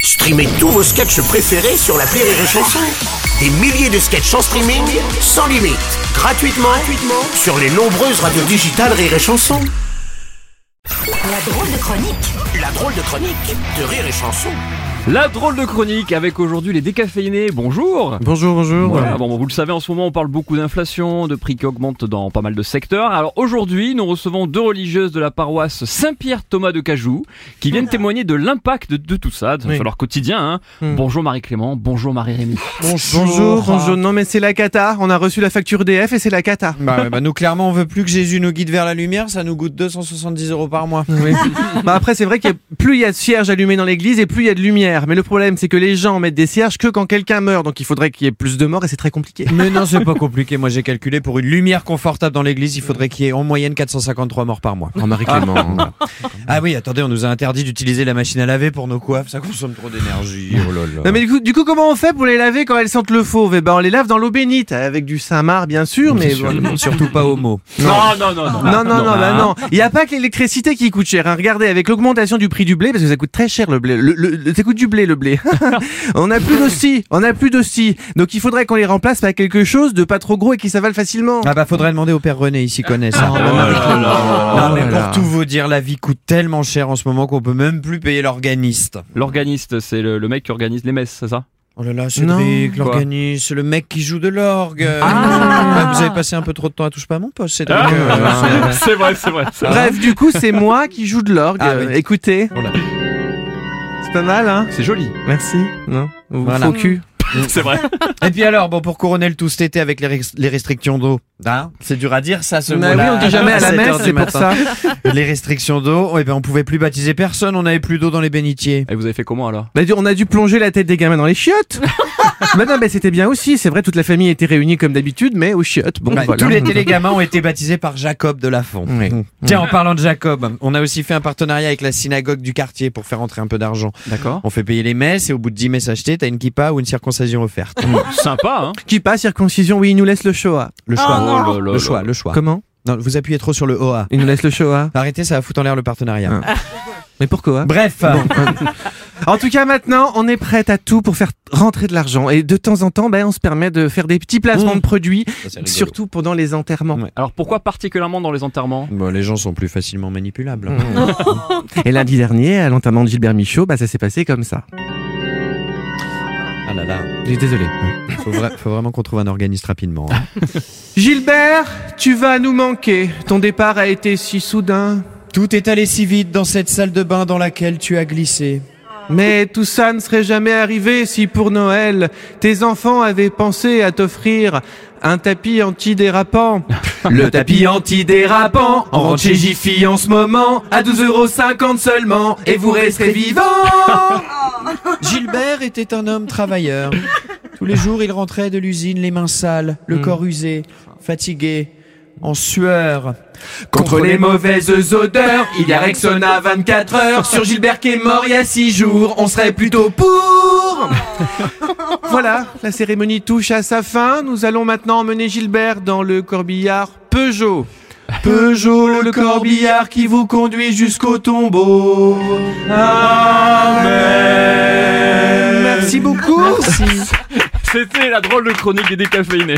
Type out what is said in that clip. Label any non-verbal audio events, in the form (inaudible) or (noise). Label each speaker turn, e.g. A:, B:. A: Streamez tous vos sketchs préférés sur la Rire et Chanson. Des milliers de sketchs en streaming, sans limite, gratuitement, gratuitement sur les nombreuses radios digitales Rire et Chanson.
B: La drôle de chronique
A: La drôle de chronique de Rire et Chanson.
C: La drôle de chronique avec aujourd'hui les décaféinés. Bonjour.
D: Bonjour, bonjour.
C: Voilà, bon, vous le savez, en ce moment, on parle beaucoup d'inflation, de prix qui augmentent dans pas mal de secteurs. Alors aujourd'hui, nous recevons deux religieuses de la paroisse Saint-Pierre Thomas de Cajou qui viennent témoigner de l'impact de, de tout ça de-
D: Oui.
C: sur leur quotidien. hein. Bonjour Marie-Clément, bonjour Marie-Rémy.
D: Bonjour, bonjour. Non, mais c'est la cata. On a reçu la facture DF et c'est la cata.
E: Bah, ouais, bah, nous clairement on veut plus que Jésus nous guide vers la lumière, ça nous coûte 270 euros par mois.
D: bah après, c'est vrai que plus il y a de cierges allumés dans l'église et plus il y a de lumière. Mais le problème, c'est que les gens mettent des cierges que quand quelqu'un meurt. Donc il faudrait qu'il y ait plus de morts et c'est très compliqué.
E: Mais non c'est pas compliqué, moi j'ai calculé pour une lumière confortable dans l'église il faudrait qu'il y ait en moyenne 453 morts par mois.
D: Oh, Marie-Clément.
E: Ah oui attendez on nous a interdit d'utiliser la machine à laver pour nos coiffes, ça consomme trop d'énergie. Oh là là.
D: Non, mais du coup, du coup, comment on fait pour les laver quand elles sentent le fauve Eh ben, on les lave dans l'eau bénite. Avec du Saint-Marc, bien sûr, mais.
E: Sur-
D: bon.
E: surtout pas homo.
C: Non, non, non, non.
E: Ah,
D: Non, non, non, bah
C: hein.
D: non. Il n'y a pas que l'électricité qui coûte cher. hein. Regardez, avec l'augmentation du prix du blé, parce que ça coûte très cher le blé. Le, le- le- ça coûte du blé,
E: (laughs)
D: le blé. on n'a plus d'hostie. On n'a plus d'hostie. Donc il faudrait qu'on les remplace par quelque chose de pas trop gros et qui s'avale facilement.
E: Ah bah faudrait demander au père René, il s'y connaît ça. Non mais pour tout vous dire, la vie coûte tellement cher en ce moment qu'on peut même plus payer l'organiste.
C: L'organiste, c'est le, le mec qui organise les messes, c'est ça
E: Oh là là,
D: Non.
E: Cédric,
C: Quoi
E: l'organiste, c'est le mec qui joue de l'orgue. Bah, vous avez passé un peu trop de temps à touche pas à mon poste, Cédric.
D: (laughs)
E: Euh,
C: C'est vrai, c'est vrai. c'est vrai.
D: Bref, du coup, c'est moi qui joue de l'orgue.
E: Ah, oui.
D: Euh, Écoutez.
C: Oh là.
D: C'est pas mal, hein
C: C'est joli,
D: Merci. Non Vous-
E: Voilà.
D: Faux cul.
C: c'est vrai.
E: Et puis alors, bon, pour couronner le tout cet été avec les, res- les restrictions d'eau, hein, c'est dur à dire ça, ce
D: Bah oui,
E: mot-là.
D: on dit jamais à la
E: 7 heures
D: messe,
E: du
D: c'est pour
E: matin.
D: ça.
E: Les restrictions d'eau, oh, eh ben, on pouvait plus baptiser personne, on avait plus d'eau dans les bénitiers.
C: Et vous avez fait comment alors
D: Bah, du- on a dû plonger la tête des gamins dans les chiottes. bah non, bah c'était bien aussi. C'est vrai, toute la famille était réunie comme d'habitude, mais aux chiottes. Bon,
E: Bah,
D: voilà.
E: Tous les télégamins ont été baptisés par Jacob de Lafont.
D: Oui.
E: Mmh. Tiens, en parlant de Jacob, on a aussi fait un partenariat avec la synagogue du quartier pour faire entrer un peu d'argent.
C: D'accord.
E: On fait payer les messes et au bout de 10 messes achetées, t'as une kippa ou une circoncision offerte.
C: Sympa, hein
D: Qui passe circoncision, oui, il nous laisse le Shoah.
E: Le choix.
C: Oh là là
E: le
C: là.
E: choix, le choix.
D: Comment
E: Non, vous appuyez trop sur le OA.
D: Il nous laisse le Shoah.
E: Arrêtez, ça va foutre en l'air le partenariat.
D: Mais pourquoi
E: Ah. Bref,
D: En tout cas, maintenant, on est prête à tout pour faire rentrer de l'argent. Et de temps en temps, ben, on se permet de faire des petits placements
E: Mmh.
D: de produits,
E: rigolo.
D: surtout pendant les enterrements.
E: Ouais.
C: Alors pourquoi particulièrement dans les enterrements
E: Bon, les gens sont plus facilement manipulables.
D: Et lundi dernier, à l'enterrement de Gilbert Michaud, bah, ça s'est passé comme ça.
E: Ah là là,
D: Désolé.
E: faut, vra- faut vraiment qu'on trouve un organiste rapidement. hein.
D: Gilbert, tu vas nous manquer. Ton départ a été si soudain.
E: Tout est allé si vite dans cette salle de bain dans laquelle tu as glissé.
D: Mais tout ça ne serait jamais arrivé si pour Noël, tes enfants avaient pensé à t'offrir un tapis antidérapant. (laughs) Le tapis antidérapant, en vente chez Jiffy en ce moment, à 12,50€ seulement, et vous resterez vivant
E: (laughs) Gilbert était un homme travailleur. Tous les jours, il rentrait de l'usine les mains sales, le
D: Hmm.
E: corps usé, fatigué, en sueur.
D: Contre les mauvaises odeurs, il y a Rexona 24 heures, sur Gilbert qui est mort il y a 6 jours, on serait plutôt pour Voilà, la cérémonie touche à sa fin, nous allons maintenant emmener Gilbert dans le corbillard Peugeot. Peugeot, le corbillard qui vous conduit jusqu'au tombeau. Amen. Merci beaucoup.
C: C'était la drôle de chronique des décaféinés.